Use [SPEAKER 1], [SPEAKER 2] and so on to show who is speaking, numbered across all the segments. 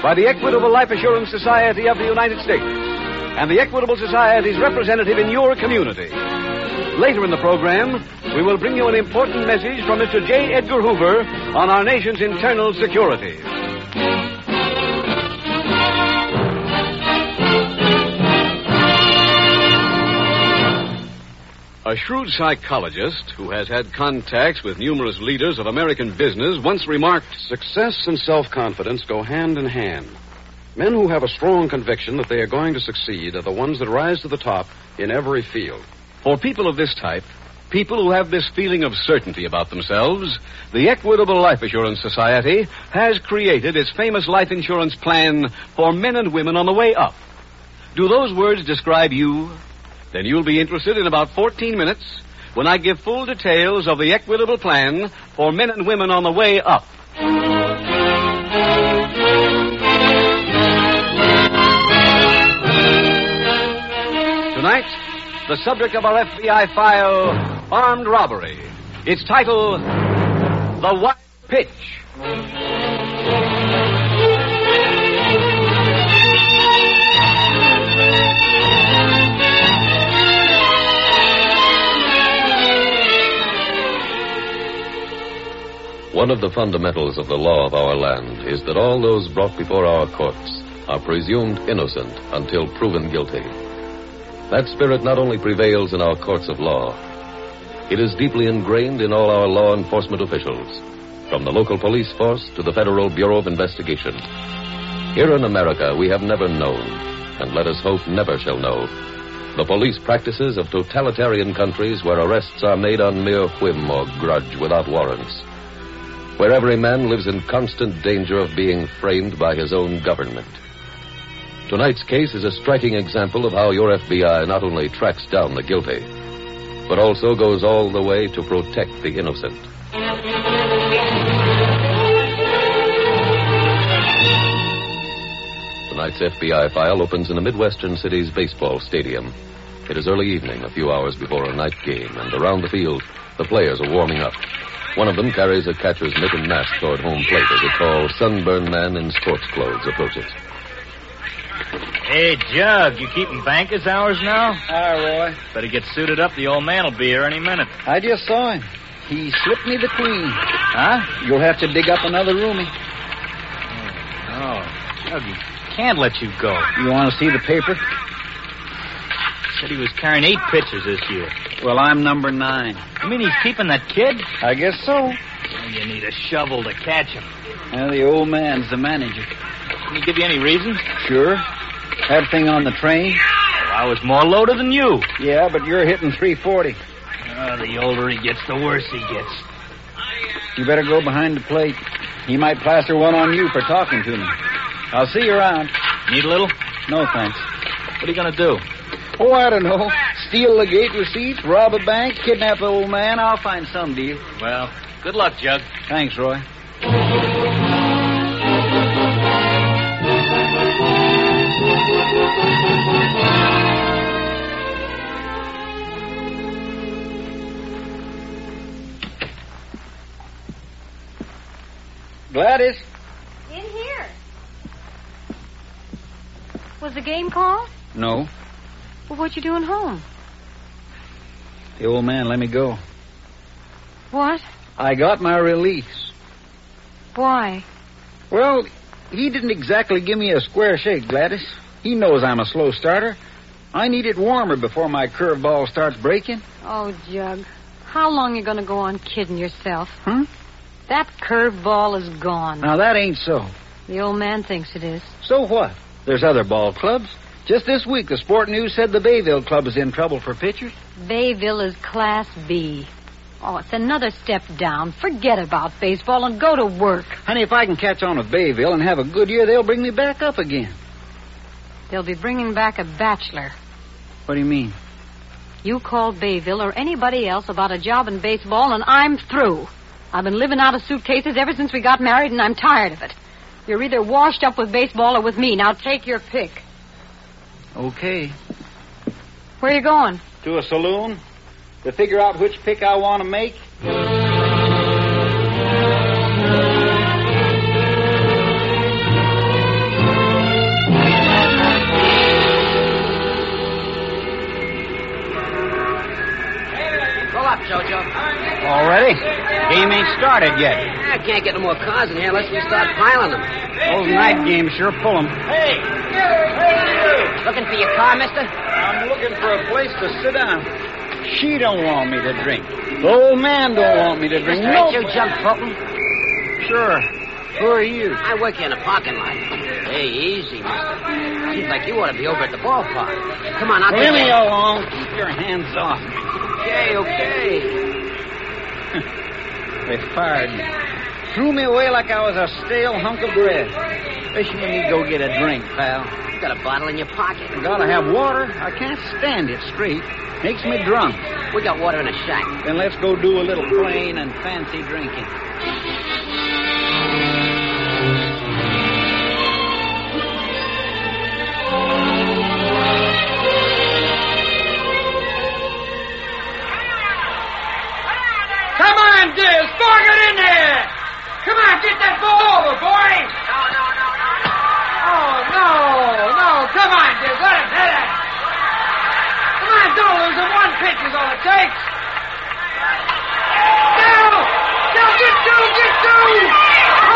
[SPEAKER 1] by the Equitable Life Assurance Society of the United States and the Equitable Society's representative in your community. Later in the program, we will bring you an important message from Mr. J. Edgar Hoover on our nation's internal security. A shrewd psychologist who has had contacts with numerous leaders of American business once remarked Success and self confidence go hand in hand. Men who have a strong conviction that they are going to succeed are the ones that rise to the top in every field. For people of this type, people who have this feeling of certainty about themselves, the Equitable Life Assurance Society has created its famous life insurance plan for men and women on the way up. Do those words describe you? Then you'll be interested in about 14 minutes when I give full details of the Equitable Plan for men and women on the way up. Tonight, the subject of our FBI file, Armed Robbery. Its title, The Wild Pitch.
[SPEAKER 2] One of the fundamentals of the law of our land is that all those brought before our courts are presumed innocent until proven guilty. That spirit not only prevails in our courts of law, it is deeply ingrained in all our law enforcement officials, from the local police force to the Federal Bureau of Investigation. Here in America, we have never known, and let us hope never shall know, the police practices of totalitarian countries where arrests are made on mere whim or grudge without warrants where every man lives in constant danger of being framed by his own government. Tonight's case is a striking example of how your FBI not only tracks down the guilty, but also goes all the way to protect the innocent. Tonight's FBI file opens in a Midwestern city's baseball stadium. It is early evening, a few hours before a night game, and around the field, the players are warming up. One of them carries a catcher's mitt and mask toward home plate as a tall, sunburned man in sports clothes approaches.
[SPEAKER 3] Hey, Jug, you keeping banker's hours now?
[SPEAKER 4] Hi, Roy.
[SPEAKER 3] Better get suited up. The old man will be here any minute.
[SPEAKER 4] I just saw him. He slipped me the queen.
[SPEAKER 3] Huh?
[SPEAKER 4] You'll have to dig up another roomie.
[SPEAKER 3] Oh, Jug, he can't let you go.
[SPEAKER 4] You want to see the paper?
[SPEAKER 3] Said he was carrying eight pitchers this year.
[SPEAKER 4] Well, I'm number nine.
[SPEAKER 3] You mean he's keeping that kid?
[SPEAKER 4] I guess so.
[SPEAKER 3] You need a shovel to catch him.
[SPEAKER 4] Well, the old man's the manager.
[SPEAKER 3] Can he give you any reason?
[SPEAKER 4] Sure. That thing on the train?
[SPEAKER 3] Well, I was more loaded than you.
[SPEAKER 4] Yeah, but you're hitting 340.
[SPEAKER 3] Oh, the older he gets, the worse he gets.
[SPEAKER 4] You better go behind the plate. He might plaster one on you for talking to me. I'll see you around.
[SPEAKER 3] Need a little? What
[SPEAKER 4] No thanks.
[SPEAKER 3] are you going to do?
[SPEAKER 4] Oh, I don't know. Steal the gate receipts, rob a bank, kidnap an old man. I'll find some deal.
[SPEAKER 3] Well, good luck, Jug.
[SPEAKER 4] Thanks, Roy. Gladys,
[SPEAKER 5] In here. Was the game called?
[SPEAKER 4] no.
[SPEAKER 5] Well, what you doing home?
[SPEAKER 4] The old man let me go.
[SPEAKER 5] What?
[SPEAKER 4] I got my release.
[SPEAKER 5] Why?
[SPEAKER 4] Well, he didn't exactly give me a square shake, Gladys. He knows I'm a slow starter. I need it warmer before my curveball starts breaking.
[SPEAKER 5] Oh, Jug. How long you going to go on kidding yourself?
[SPEAKER 4] Hmm?
[SPEAKER 5] That curveball is gone.
[SPEAKER 4] Now that ain't so.
[SPEAKER 5] The old man thinks it is.
[SPEAKER 4] So what? There's other ball clubs. Just this week, the Sport News said the Bayville Club is in trouble for pitchers.
[SPEAKER 5] Bayville is Class B. Oh, it's another step down. Forget about baseball and go to work.
[SPEAKER 4] Honey, if I can catch on with Bayville and have a good year, they'll bring me back up again.
[SPEAKER 5] They'll be bringing back a bachelor.
[SPEAKER 4] What do you mean?
[SPEAKER 5] You call Bayville or anybody else about a job in baseball, and I'm through. I've been living out of suitcases ever since we got married, and I'm tired of it. You're either washed up with baseball or with me. Now take your pick.
[SPEAKER 4] Okay.
[SPEAKER 5] Where you going?
[SPEAKER 4] To a saloon? To figure out which pick I want to make?
[SPEAKER 6] Go up, Jojo.
[SPEAKER 4] Already? Game ain't started yet.
[SPEAKER 6] I can't get no more cars in here unless we start piling them.
[SPEAKER 4] Those night games sure pull 'em.
[SPEAKER 6] Looking for your car, mister?
[SPEAKER 4] I'm looking for a place to sit down. She don't want me to drink. The old man don't want me to drink.
[SPEAKER 6] Mister, ain't you junk Fulton?
[SPEAKER 4] Sure. Who are you?
[SPEAKER 6] I work here in a parking lot. Hey, easy, mister. Seems like you ought to be over at the ballpark. Come on, I'll
[SPEAKER 4] Leave
[SPEAKER 6] take
[SPEAKER 4] me
[SPEAKER 6] you.
[SPEAKER 4] alone. Keep your hands off me.
[SPEAKER 6] Okay, okay.
[SPEAKER 4] They fired me. Threw me away like I was a stale hunk of bread. Wish me need go get a drink, pal.
[SPEAKER 6] You got a bottle in your pocket.
[SPEAKER 4] I gotta have water. I can't stand it straight. Makes me drunk.
[SPEAKER 6] We got water in a shack.
[SPEAKER 4] Then let's go do a little plain and fancy drinking.
[SPEAKER 7] Come on, Diz. Boy, get in there. Come on, get that ball over, boy. Oh, no, no. Come on, Diz. Let him hit it. Come on, don't lose it. One pitch is all it takes. Now, now get two, get two. Oh, now,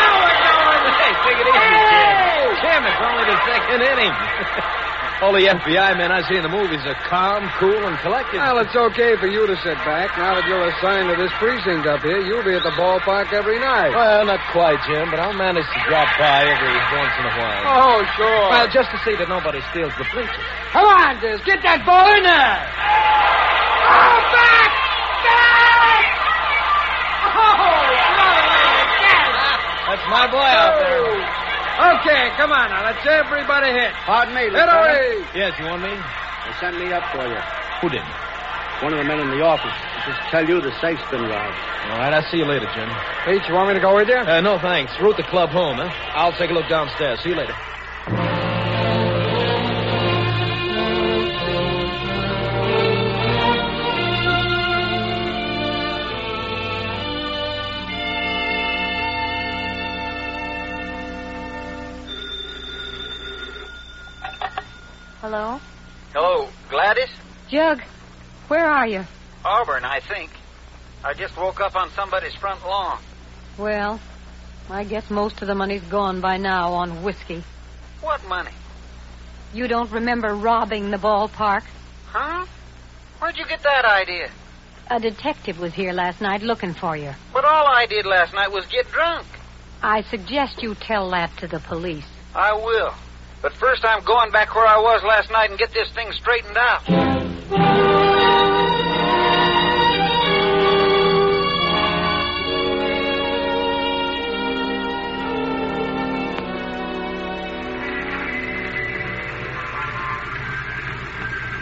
[SPEAKER 7] now we're going.
[SPEAKER 4] Hey, take it
[SPEAKER 7] easy, Jim.
[SPEAKER 4] Jim, it's only the second inning. All the FBI men I see in the movies are calm, cool, and collected.
[SPEAKER 8] Well, it's okay for you to sit back. Now that you're assigned to this precinct up here, you'll be at the ballpark every night.
[SPEAKER 4] Well, not quite, Jim, but I'll manage to drop by every once in a while.
[SPEAKER 8] Oh, sure.
[SPEAKER 4] Well, just to see that nobody steals the bleachers.
[SPEAKER 7] Come on, Diz. Get that ball in there. Oh, back! Back! Oh, yes.
[SPEAKER 4] That's my boy out there.
[SPEAKER 7] Okay, come on now. Let's everybody hit.
[SPEAKER 4] Pardon me,
[SPEAKER 8] Get away!
[SPEAKER 4] Yes, you want me?
[SPEAKER 8] They sent me up for you.
[SPEAKER 4] Who did?
[SPEAKER 8] One of the men in the office. Just tell you the safe's been robbed.
[SPEAKER 4] All right, I'll see you later, Jim.
[SPEAKER 8] Pete, you want me to go with you?
[SPEAKER 4] Uh, no, thanks. Route the club home, huh? I'll take a look downstairs. See you later.
[SPEAKER 5] Hello?
[SPEAKER 4] Hello, Gladys?
[SPEAKER 5] Jug, where are you?
[SPEAKER 4] Auburn, I think. I just woke up on somebody's front lawn.
[SPEAKER 5] Well, I guess most of the money's gone by now on whiskey.
[SPEAKER 4] What money?
[SPEAKER 5] You don't remember robbing the ballpark?
[SPEAKER 4] Huh? Where'd you get that idea?
[SPEAKER 5] A detective was here last night looking for you.
[SPEAKER 4] But all I did last night was get drunk.
[SPEAKER 5] I suggest you tell that to the police.
[SPEAKER 4] I will. But first, I'm going back where I was last night and get this thing straightened out.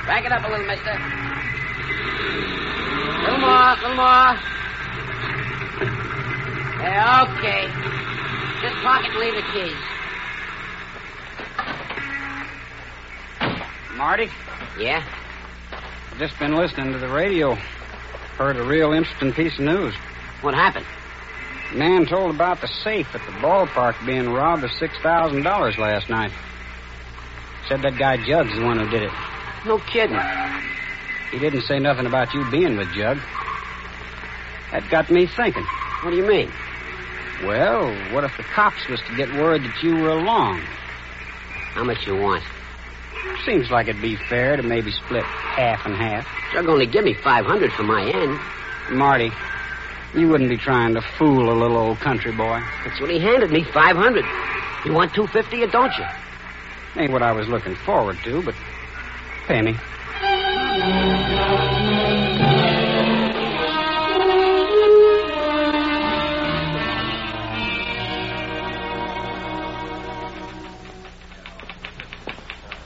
[SPEAKER 6] Back it up a little, mister. little more, little more. Yeah, okay. Just pocket and leave the keys.
[SPEAKER 4] Marty,
[SPEAKER 6] Yeah?
[SPEAKER 4] just been listening to the radio. Heard a real interesting piece of news.
[SPEAKER 6] What happened?
[SPEAKER 4] Man told about the safe at the ballpark being robbed of $6,000 last night. Said that guy Judd's the one who did it.
[SPEAKER 6] No kidding.
[SPEAKER 4] He didn't say nothing about you being with Judd. That got me thinking.
[SPEAKER 6] What do you mean?
[SPEAKER 4] Well, what if the cops was to get word that you were along?
[SPEAKER 6] How much you want?
[SPEAKER 4] Seems like it'd be fair to maybe split half and half.
[SPEAKER 6] You're going to give me 500 for my end.
[SPEAKER 4] Marty, you wouldn't be trying to fool a little old country boy.
[SPEAKER 6] That's what he handed me, 500. You want 250 or don't you?
[SPEAKER 4] Ain't what I was looking forward to, but pay me.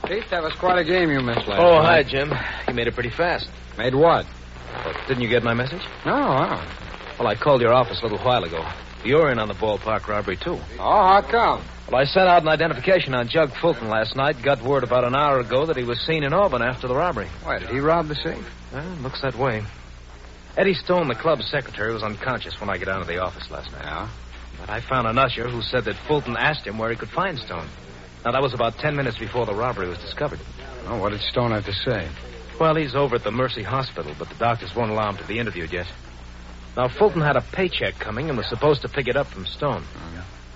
[SPEAKER 8] Pete, that was quite a game you missed last
[SPEAKER 9] Oh, hi,
[SPEAKER 8] night.
[SPEAKER 9] Jim. You made it pretty fast.
[SPEAKER 8] Made what?
[SPEAKER 9] Well, didn't you get my message?
[SPEAKER 8] No, oh.
[SPEAKER 9] Well, I called your office a little while ago. You're in on the ballpark robbery, too.
[SPEAKER 8] Oh, how come?
[SPEAKER 9] Well, I sent out an identification on Jug Fulton last night. Got word about an hour ago that he was seen in Auburn after the robbery.
[SPEAKER 8] Why, did he rob the safe?
[SPEAKER 9] Well, looks that way. Eddie Stone, the club's secretary, was unconscious when I got down to the office last night.
[SPEAKER 8] Yeah.
[SPEAKER 9] But I found an usher who said that Fulton asked him where he could find Stone. Now, that was about ten minutes before the robbery was discovered.
[SPEAKER 8] Well, what did Stone have to say?
[SPEAKER 9] Well, he's over at the Mercy Hospital, but the doctors won't allow him to be interviewed yet. Now, Fulton had a paycheck coming and was supposed to pick it up from Stone.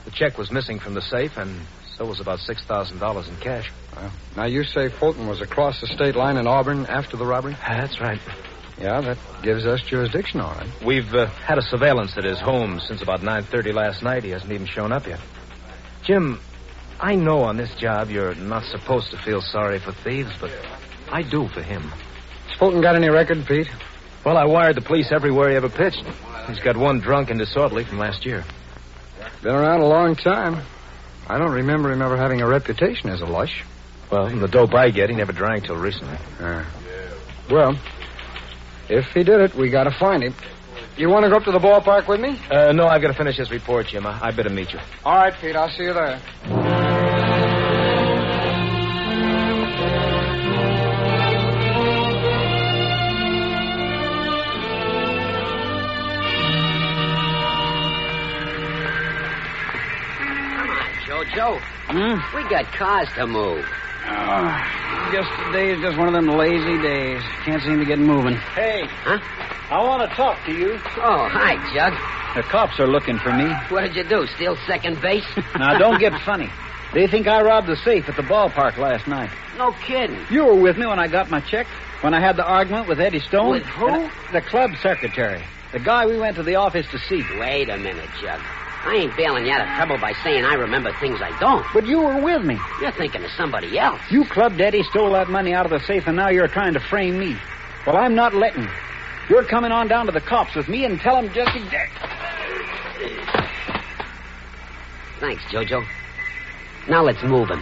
[SPEAKER 9] The check was missing from the safe, and so was about $6,000 in cash.
[SPEAKER 8] Well, now you say Fulton was across the state line in Auburn after the robbery?
[SPEAKER 9] Ah, That's right.
[SPEAKER 8] Yeah, that gives us jurisdiction, all right.
[SPEAKER 9] We've uh, had a surveillance at his home since about 9.30 last night. He hasn't even shown up yet. Jim, I know on this job you're not supposed to feel sorry for thieves, but I do for him.
[SPEAKER 8] Has Fulton got any record, Pete?
[SPEAKER 9] Well, I wired the police everywhere he ever pitched. He's got one drunk and disorderly from last year.
[SPEAKER 8] Been around a long time. I don't remember him ever having a reputation as a lush.
[SPEAKER 9] Well, from the dope I get, he never drank till recently.
[SPEAKER 8] Uh, well, if he did it, we gotta find him. You want to go up to the ballpark with me?
[SPEAKER 9] Uh, no, I've got to finish this report, Jim. I, I better meet you.
[SPEAKER 8] All right, Pete, I'll see you there.
[SPEAKER 6] Come on, Jojo. We got cars to move.
[SPEAKER 4] just today's just one of them lazy days. Can't seem to get moving.
[SPEAKER 10] Hey,
[SPEAKER 6] Huh?
[SPEAKER 10] I want to talk to you.
[SPEAKER 6] Oh, hi, Jug.
[SPEAKER 4] The cops are looking for me.
[SPEAKER 6] What did you do? Steal second base?
[SPEAKER 4] Now don't get funny. They think I robbed the safe at the ballpark last night.
[SPEAKER 6] No kidding.
[SPEAKER 4] You were with me when I got my check, when I had the argument with Eddie Stone.
[SPEAKER 6] With who?
[SPEAKER 4] And I- the club secretary. The guy we went to the office to see.
[SPEAKER 6] Wait a minute, Jug. I ain't bailing you out of trouble by saying I remember things I don't.
[SPEAKER 4] But you were with me.
[SPEAKER 6] You're thinking of somebody else.
[SPEAKER 4] You clubbed Eddie, stole that money out of the safe, and now you're trying to frame me. Well, I'm not letting you. You're coming on down to the cops with me and tell them just exactly.
[SPEAKER 6] Thanks, Jojo. Now let's move him.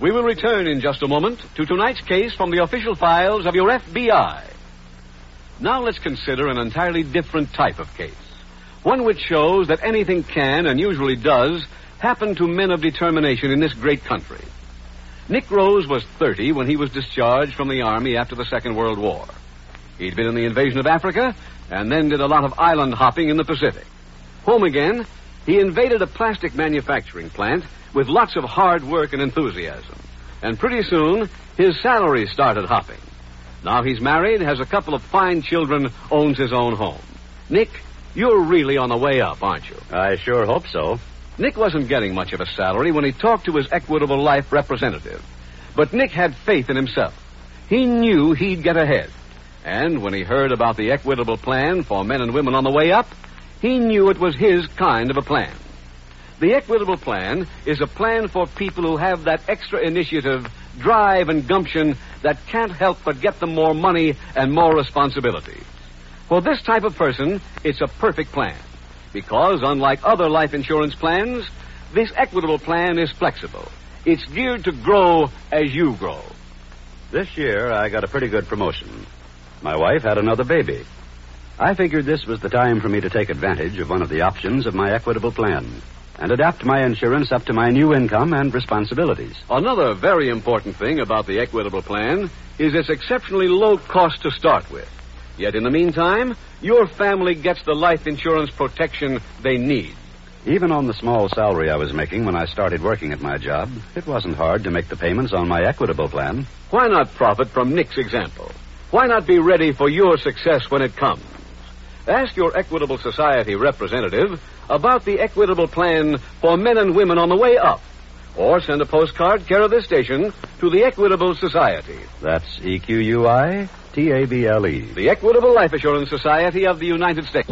[SPEAKER 1] We will return in just a moment to tonight's case from the official files of your FBI. Now let's consider an entirely different type of case. One which shows that anything can, and usually does, happen to men of determination in this great country. Nick Rose was 30 when he was discharged from the Army after the Second World War. He'd been in the invasion of Africa and then did a lot of island hopping in the Pacific. Home again, he invaded a plastic manufacturing plant with lots of hard work and enthusiasm. And pretty soon, his salary started hopping. Now he's married, has a couple of fine children, owns his own home. Nick, you're really on the way up, aren't you?
[SPEAKER 11] I sure hope so.
[SPEAKER 1] Nick wasn't getting much of a salary when he talked to his Equitable Life representative. But Nick had faith in himself. He knew he'd get ahead. And when he heard about the equitable plan for men and women on the way up, he knew it was his kind of a plan. The equitable plan is a plan for people who have that extra initiative, drive, and gumption that can't help but get them more money and more responsibility. For this type of person, it's a perfect plan. Because, unlike other life insurance plans, this equitable plan is flexible. It's geared to grow as you grow.
[SPEAKER 11] This year, I got a pretty good promotion. My wife had another baby. I figured this was the time for me to take advantage of one of the options of my equitable plan and adapt my insurance up to my new income and responsibilities.
[SPEAKER 1] Another very important thing about the equitable plan is its exceptionally low cost to start with. Yet in the meantime, your family gets the life insurance protection they need.
[SPEAKER 11] Even on the small salary I was making when I started working at my job, it wasn't hard to make the payments on my equitable plan.
[SPEAKER 1] Why not profit from Nick's example? Why not be ready for your success when it comes? Ask your Equitable Society representative about the Equitable Plan for men and women on the way up. Or send a postcard care of this station to the Equitable Society,
[SPEAKER 11] That's E Q U I T A B L E.
[SPEAKER 1] the Equitable Life Assurance Society of the United States.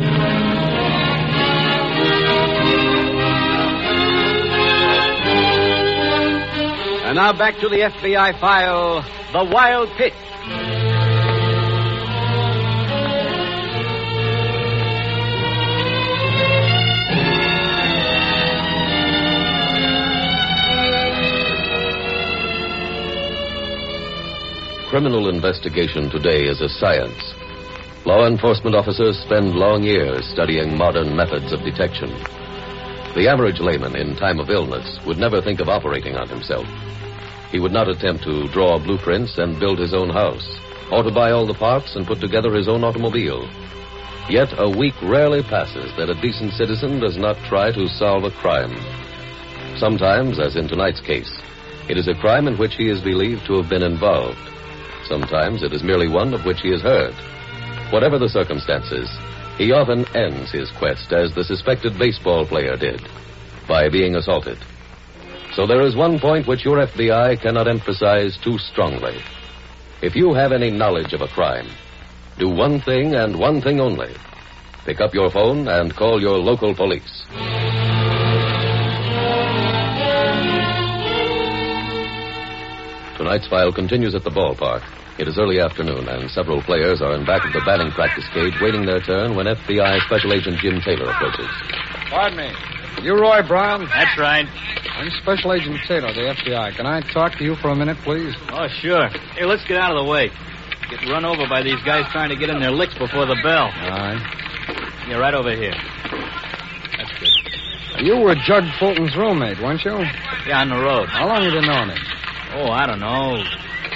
[SPEAKER 1] And now back to the FBI file The Wild Pitch.
[SPEAKER 2] Criminal investigation today is a science. Law enforcement officers spend long years studying modern methods of detection. The average layman in time of illness would never think of operating on himself. He would not attempt to draw blueprints and build his own house, or to buy all the parts and put together his own automobile. Yet a week rarely passes that a decent citizen does not try to solve a crime. Sometimes, as in tonight's case, it is a crime in which he is believed to have been involved. Sometimes it is merely one of which he is heard. Whatever the circumstances, he often ends his quest as the suspected baseball player did, by being assaulted. So there is one point which your FBI cannot emphasize too strongly. If you have any knowledge of a crime, do one thing and one thing only. Pick up your phone and call your local police. Tonight's file continues at the ballpark. It is early afternoon, and several players are in back of the batting practice cage waiting their turn when FBI Special Agent Jim Taylor approaches.
[SPEAKER 8] Pardon me. You Roy Brown?
[SPEAKER 12] That's right.
[SPEAKER 8] I'm Special Agent Taylor, the FBI. Can I talk to you for a minute, please?
[SPEAKER 12] Oh, sure. Here, let's get out of the way. Get run over by these guys trying to get in their licks before the bell.
[SPEAKER 8] All right.
[SPEAKER 12] Yeah, right over here. That's good.
[SPEAKER 8] You were Jud Fulton's roommate, weren't you?
[SPEAKER 12] Yeah, on the road.
[SPEAKER 8] How long have you known him?
[SPEAKER 12] Oh, I don't know.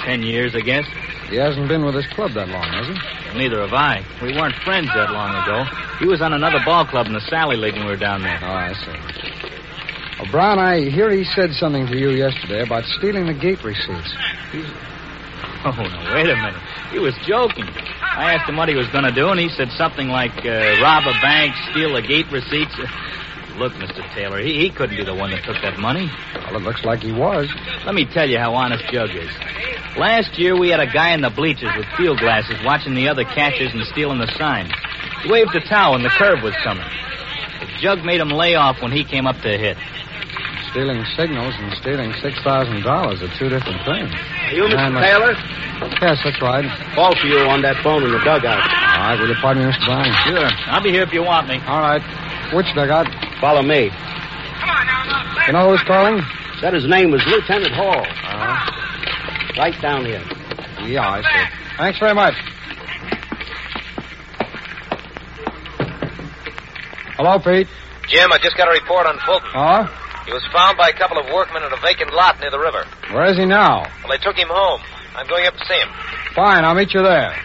[SPEAKER 12] Ten years, I guess.
[SPEAKER 8] He hasn't been with this club that long, has he?
[SPEAKER 12] Neither have I. We weren't friends that long ago. He was on another ball club in the Sally League when we were down there.
[SPEAKER 8] Oh, I see. Well, Brown, I hear he said something to you yesterday about stealing the gate receipts.
[SPEAKER 12] Oh, no, wait a minute. He was joking. I asked him what he was going to do, and he said something like uh, rob a bank, steal the gate receipts. Look, Mr. Taylor, he, he couldn't be the one that took that money.
[SPEAKER 8] Well, it looks like he was.
[SPEAKER 12] Let me tell you how honest Jug is. Last year, we had a guy in the bleachers with field glasses watching the other catchers and stealing the signs. He waved a towel and the curve was coming. But Jug made him lay off when he came up to hit.
[SPEAKER 8] Stealing signals and stealing $6,000 are two different things.
[SPEAKER 13] Are you Mr.
[SPEAKER 8] And I-
[SPEAKER 13] Taylor?
[SPEAKER 8] Yes, that's right.
[SPEAKER 13] Call for you on that phone in the dugout.
[SPEAKER 8] All right, will you pardon me, Mr. Brown?
[SPEAKER 12] Sure. I'll be here if you want me.
[SPEAKER 8] All right. Which dugout?
[SPEAKER 13] Follow me.
[SPEAKER 8] You know who's calling?
[SPEAKER 13] Said his name was Lieutenant Hall.
[SPEAKER 6] Uh-huh.
[SPEAKER 13] Right down here.
[SPEAKER 8] Yeah, I see. Thanks very much. Hello, Pete.
[SPEAKER 14] Jim, I just got a report on Fulton.
[SPEAKER 8] Huh?
[SPEAKER 14] He was found by a couple of workmen in a vacant lot near the river.
[SPEAKER 8] Where is he now?
[SPEAKER 14] Well, they took him home. I'm going up to see him.
[SPEAKER 8] Fine, I'll meet you there.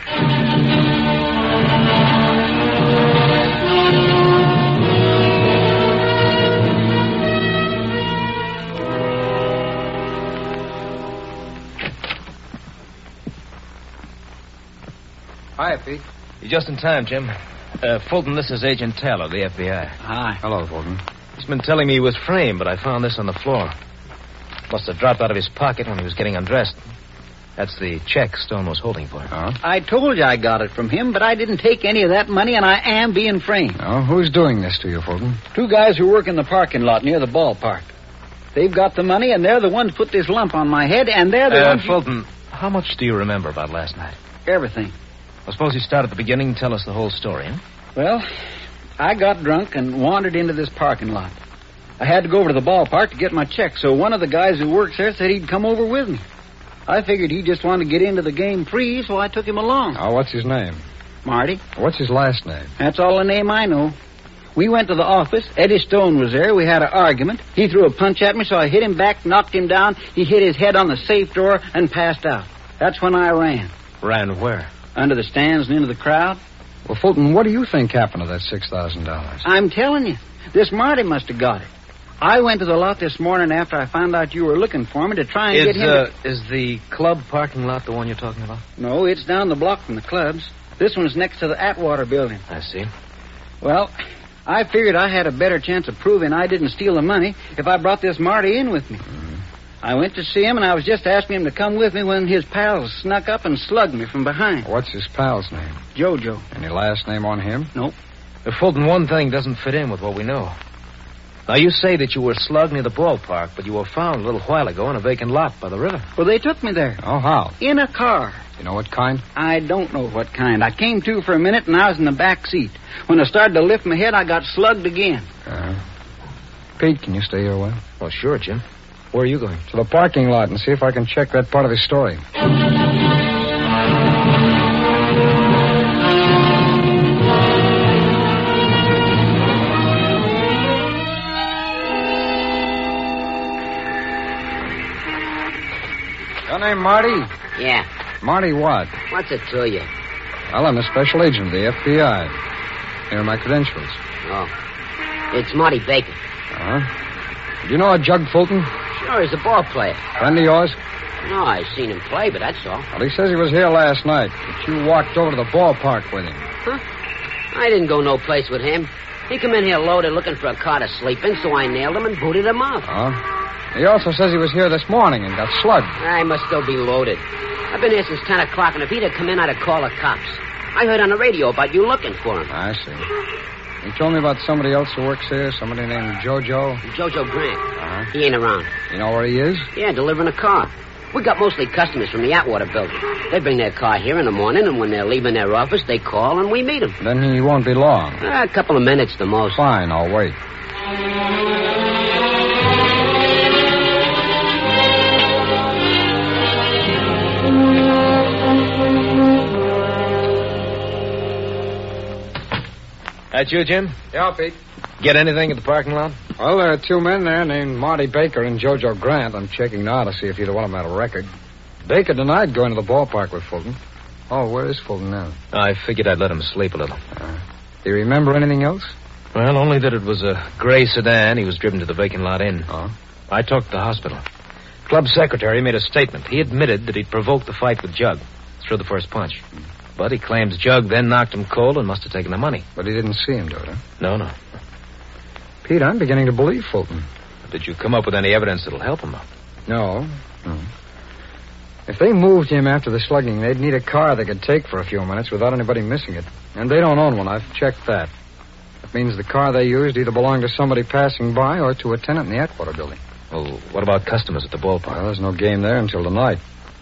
[SPEAKER 8] Hi, Pete.
[SPEAKER 9] You're just in time, Jim. Uh, Fulton, this is Agent Taylor, the FBI.
[SPEAKER 4] Hi.
[SPEAKER 8] Hello, Fulton.
[SPEAKER 9] He's been telling me he was framed, but I found this on the floor. Must have dropped out of his pocket when he was getting undressed. That's the check Stone was holding for him.
[SPEAKER 4] I told you I got it from him, but I didn't take any of that money, and I am being framed.
[SPEAKER 8] Oh, who's doing this to you, Fulton?
[SPEAKER 4] Two guys who work in the parking lot near the ballpark. They've got the money, and they're the ones put this lump on my head, and they're the
[SPEAKER 9] Uh,
[SPEAKER 4] ones.
[SPEAKER 9] Fulton, how much do you remember about last night?
[SPEAKER 4] Everything.
[SPEAKER 9] I suppose you start at the beginning and tell us the whole story, huh?
[SPEAKER 4] Well, I got drunk and wandered into this parking lot. I had to go over to the ballpark to get my check, so one of the guys who works there said he'd come over with me. I figured he just wanted to get into the game free, so I took him along.
[SPEAKER 8] Oh, what's his name?
[SPEAKER 4] Marty,
[SPEAKER 8] What's his last name?
[SPEAKER 4] that's all the name I know. We went to the office. Eddie Stone was there. We had an argument. He threw a punch at me, so I hit him back, knocked him down. He hit his head on the safe door and passed out. That's when I ran.
[SPEAKER 9] Ran where?
[SPEAKER 4] Under the stands and into the crowd.
[SPEAKER 8] Well, Fulton, what do you think happened to that $6,000?
[SPEAKER 4] I'm telling you, this Marty must have got it. I went to the lot this morning after I found out you were looking for me to try and get
[SPEAKER 9] Is,
[SPEAKER 4] him.
[SPEAKER 9] uh,
[SPEAKER 4] to-
[SPEAKER 9] is the club parking lot the one you're talking about?
[SPEAKER 4] No, it's down the block from the clubs. This one's next to the Atwater building.
[SPEAKER 9] I see.
[SPEAKER 4] Well, I figured I had a better chance of proving I didn't steal the money if I brought this Marty in with me. I went to see him, and I was just asking him to come with me when his pals snuck up and slugged me from behind.
[SPEAKER 8] What's his pal's name?
[SPEAKER 4] Jojo.
[SPEAKER 8] Any last name on him?
[SPEAKER 4] Nope.
[SPEAKER 9] Uh, Fulton, one thing doesn't fit in with what we know. Now, you say that you were slugged near the ballpark, but you were found a little while ago in a vacant lot by the river.
[SPEAKER 4] Well, they took me there.
[SPEAKER 8] Oh, how?
[SPEAKER 4] In a car.
[SPEAKER 8] You know what kind?
[SPEAKER 4] I don't know what kind. I came to for a minute and I was in the back seat. When I started to lift my head, I got slugged again.
[SPEAKER 8] Uh, Pete, can you stay here a while?
[SPEAKER 9] Well, sure, Jim. Where are you going?
[SPEAKER 8] To the parking lot and see if I can check that part of his story. Your name Marty?
[SPEAKER 6] Yeah.
[SPEAKER 8] Marty what?
[SPEAKER 6] What's it to you?
[SPEAKER 8] Well, I'm a special agent of the FBI. Here are my credentials.
[SPEAKER 6] Oh. It's Marty Baker.
[SPEAKER 8] Uh-huh. Do you know a Jug Fulton?
[SPEAKER 6] Sure, he's a ball player.
[SPEAKER 8] Friend of yours?
[SPEAKER 6] No, I've seen him play, but that's all.
[SPEAKER 8] Well, he says he was here last night, but you walked over to the ballpark with him.
[SPEAKER 6] Huh? I didn't go no place with him. He come in here loaded looking for a car to sleep in, so I nailed him and booted him out.
[SPEAKER 8] Oh? He also says he was here this morning and got slugged.
[SPEAKER 6] I must still be loaded. I've been here since 10 o'clock, and if he'd have come in, I'd have called the cops. I heard on the radio about you looking for him.
[SPEAKER 8] I see. He told me about somebody else who works here, somebody named Jojo.
[SPEAKER 6] Jojo Grant. Uh-huh. He ain't around.
[SPEAKER 8] You know where he is?
[SPEAKER 6] Yeah, delivering a car. We got mostly customers from the Atwater building. They bring their car here in the morning, and when they're leaving their office, they call and we meet them.
[SPEAKER 8] Then he won't be long.
[SPEAKER 6] a couple of minutes the most.
[SPEAKER 8] Fine, I'll wait.
[SPEAKER 9] That you, Jim?
[SPEAKER 8] Yeah, Pete.
[SPEAKER 9] Get anything at the parking lot?
[SPEAKER 8] Well, there are two men there named Marty Baker and Jojo Grant. I'm checking now to see if either one of them had a record. Baker denied going to the ballpark with Fulton. Oh, where is Fulton now? Uh,
[SPEAKER 9] I figured I'd let him sleep a little.
[SPEAKER 8] Do you remember anything else?
[SPEAKER 9] Well, only that it was a gray sedan he was driven to the vacant lot in.
[SPEAKER 8] Oh?
[SPEAKER 9] I talked to the hospital. Club secretary made a statement. He admitted that he'd provoked the fight with Jug through the first punch.
[SPEAKER 8] Hmm.
[SPEAKER 9] But he claims Jug then knocked him cold and must have taken the money.
[SPEAKER 8] But he didn't see him, Dodo.
[SPEAKER 9] No, no.
[SPEAKER 8] Pete, I'm beginning to believe Fulton.
[SPEAKER 9] Did you come up with any evidence that'll help him out?
[SPEAKER 8] No. No. If they moved him after the slugging, they'd need a car they could take for a few minutes without anybody missing it. And they don't own one. I've checked that. That means the car they used either belonged to somebody passing by or to a tenant in the Atwater building.
[SPEAKER 9] Well, what about customers at the ballpark?
[SPEAKER 8] Well, there's no game there until tonight.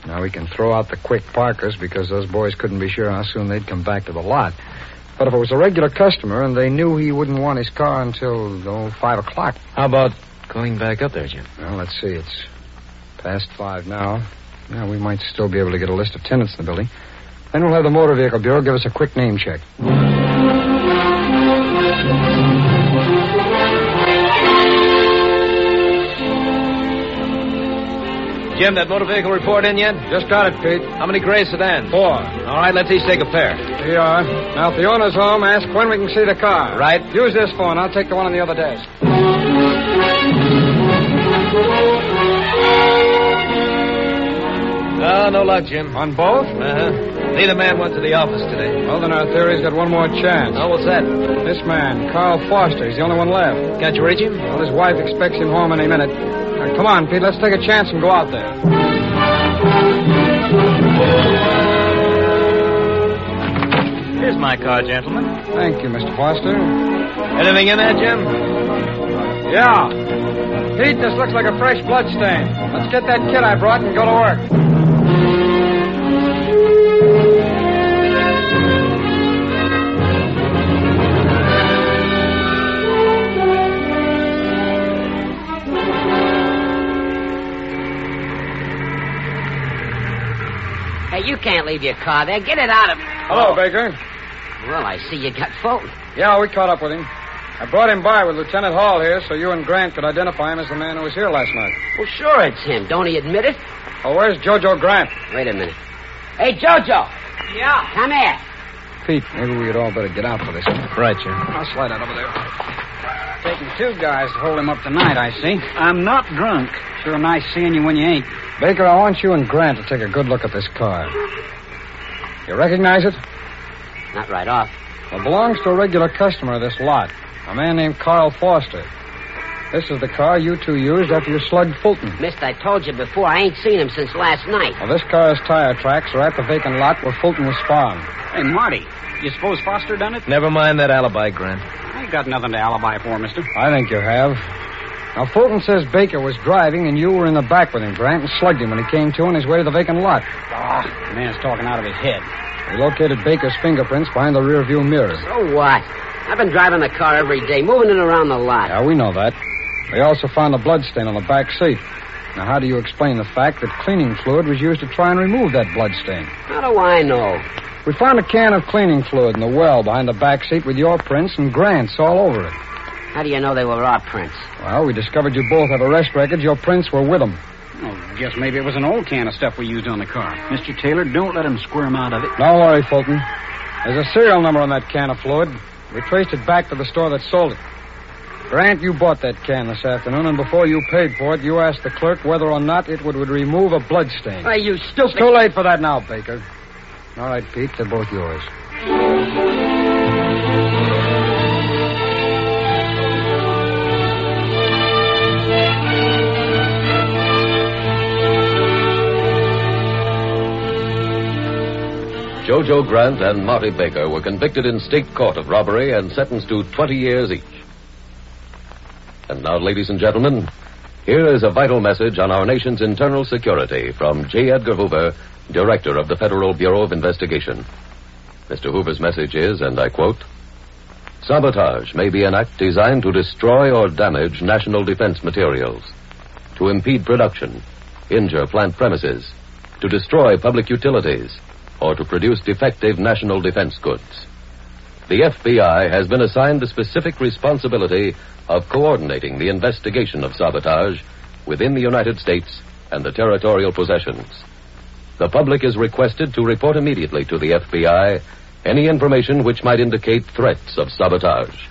[SPEAKER 8] Now we can throw out the quick parkers because those boys couldn't be sure how soon they'd come back to the lot. But if it was a regular customer and they knew he wouldn't want his car until oh, five o'clock,
[SPEAKER 9] How about going back up there, Jim?
[SPEAKER 8] well, let's see. It's past five now. Now we might still be able to get a list of tenants in the building. Then we'll have the motor vehicle bureau give us a quick name check.
[SPEAKER 9] Jim, that motor vehicle report in yet?
[SPEAKER 8] Just got it, Pete.
[SPEAKER 9] How many gray sedans?
[SPEAKER 8] Four.
[SPEAKER 9] All right, let's each take a pair.
[SPEAKER 8] Here you are. Now, if the owner's home, ask when we can see the car.
[SPEAKER 9] Right.
[SPEAKER 8] Use this phone. I'll take the one on the other desk.
[SPEAKER 9] Ah, No, no luck, Jim.
[SPEAKER 8] On both?
[SPEAKER 9] Uh-huh. Neither man went to the office today.
[SPEAKER 8] Well, then our theory's got one more chance.
[SPEAKER 9] Oh, what's that?
[SPEAKER 8] This man, Carl Foster, he's the only one left.
[SPEAKER 9] Can't you reach him?
[SPEAKER 8] Well, his wife expects him home any minute. Now, come on, Pete. Let's take a chance and go out there.
[SPEAKER 12] Here's my car, gentlemen.
[SPEAKER 8] Thank you, Mr. Foster.
[SPEAKER 9] Anything in there, Jim?
[SPEAKER 8] Yeah. Pete, this looks like a fresh blood stain. Let's get that kid I brought and go to work.
[SPEAKER 6] Hey, you can't leave your car there. Get it out of.
[SPEAKER 8] Hello, Baker.
[SPEAKER 6] Well, I see you got Fulton.
[SPEAKER 8] Yeah, we caught up with him. I brought him by with Lieutenant Hall here so you and Grant could identify him as the man who was here last night.
[SPEAKER 6] Well, sure it's him. Don't he admit it?
[SPEAKER 8] Oh, where's Jojo Grant?
[SPEAKER 6] Wait a minute. Hey, Jojo. Yeah. Come here.
[SPEAKER 8] Pete, maybe we'd all better get out for this.
[SPEAKER 9] Right, Jim.
[SPEAKER 8] I'll slide out over there.
[SPEAKER 4] Taking two guys to hold him up tonight, I see. I'm not drunk. Sure nice seeing you when you ain't.
[SPEAKER 8] Baker, I want you and Grant to take a good look at this car. You recognize it?
[SPEAKER 6] Not right off.
[SPEAKER 8] It belongs to a regular customer of this lot, a man named Carl Foster. This is the car you two used after you slugged Fulton.
[SPEAKER 6] Mister, I told you before, I ain't seen him since last night.
[SPEAKER 8] Now, this car's tire tracks are at the vacant lot where Fulton was found.
[SPEAKER 4] Hey, Marty, you suppose Foster done it?
[SPEAKER 9] Never mind that alibi, Grant.
[SPEAKER 4] I
[SPEAKER 15] ain't got nothing to alibi for, mister.
[SPEAKER 8] I think you have. Now, Fulton says Baker was driving and you were in the back with him, Grant, and slugged him when he came to on his way to the vacant lot.
[SPEAKER 15] Ah, the man's talking out of his head.
[SPEAKER 8] We located Baker's fingerprints behind the rearview mirror.
[SPEAKER 6] So what? I've been driving the car every day, moving it around the lot.
[SPEAKER 8] Yeah, we know that. We also found a blood stain on the back seat. Now, how do you explain the fact that cleaning fluid was used to try and remove that blood stain?
[SPEAKER 6] How do I know?
[SPEAKER 8] We found a can of cleaning fluid in the well behind the back seat with your prints and Grant's all over it.
[SPEAKER 6] How do you know they were our prints?
[SPEAKER 8] Well, we discovered you both have arrest records. Your prints were with them.
[SPEAKER 15] Well, guess maybe it was an old can of stuff we used on the car. Mr. Taylor, don't let him squirm out of it.
[SPEAKER 8] Don't worry, Fulton. There's a serial number on that can of fluid. We traced it back to the store that sold it. Grant, you bought that can this afternoon, and before you paid for it, you asked the clerk whether or not it would, would remove a blood stain.
[SPEAKER 6] Why, you stupid.
[SPEAKER 8] It's too late for that now, Baker. All right, Pete, they're both yours.
[SPEAKER 2] Jojo Grant and Marty Baker were convicted in state court of robbery and sentenced to 20 years each. And now, ladies and gentlemen, here is a vital message on our nation's internal security from J. Edgar Hoover, Director of the Federal Bureau of Investigation. Mr. Hoover's message is, and I quote Sabotage may be an act designed to destroy or damage national defense materials, to impede production, injure plant premises, to destroy public utilities, or to produce defective national defense goods the FBI has been assigned the specific responsibility of coordinating the investigation of sabotage within the United States and the territorial possessions. The public is requested to report immediately to the FBI any information which might indicate threats of sabotage.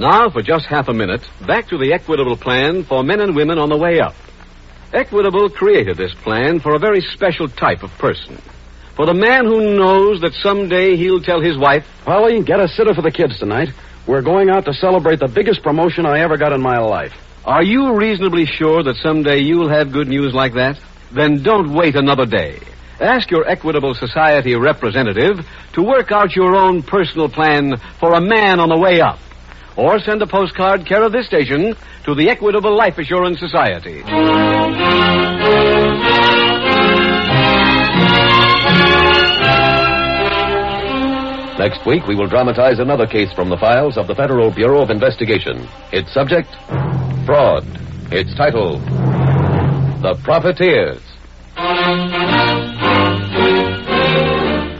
[SPEAKER 1] Now, for just half a minute, back to the Equitable plan for men and women on the way up. Equitable created this plan for a very special type of person. For the man who knows that someday he'll tell his wife,
[SPEAKER 11] Polly, get a sitter for the kids tonight. We're going out to celebrate the biggest promotion I ever got in my life.
[SPEAKER 1] Are you reasonably sure that someday you'll have good news like that? Then don't wait another day. Ask your Equitable Society representative to work out your own personal plan for a man on the way up or send a postcard care of this station to the Equitable Life Assurance Society.
[SPEAKER 2] Next week, we will dramatize another case from the files of the Federal Bureau of Investigation. Its subject, fraud. Its title, The Profiteers.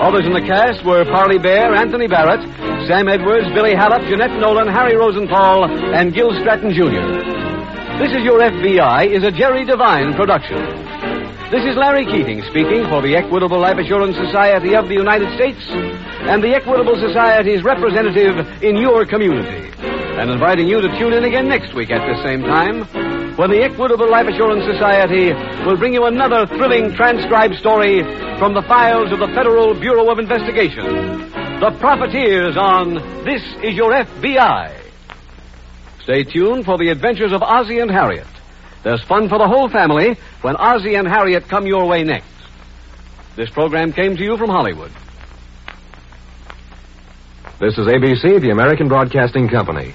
[SPEAKER 1] Others in the cast were Parley Bear, Anthony Barrett, Sam Edwards, Billy Hallop, Jeanette Nolan, Harry Rosenthal, and Gil Stratton Jr. This is Your FBI is a Jerry Devine production. This is Larry Keating speaking for the Equitable Life Assurance Society of the United States and the Equitable Society's representative in your community. And inviting you to tune in again next week at this same time when the Equitable Life Assurance Society will bring you another thrilling transcribed story from the files of the Federal Bureau of Investigation. The Profiteers on This Is Your FBI. Stay tuned for the adventures of Ozzie and Harriet. There's fun for the whole family when Ozzie and Harriet come your way next. This program came to you from Hollywood.
[SPEAKER 16] This is ABC, the American Broadcasting Company.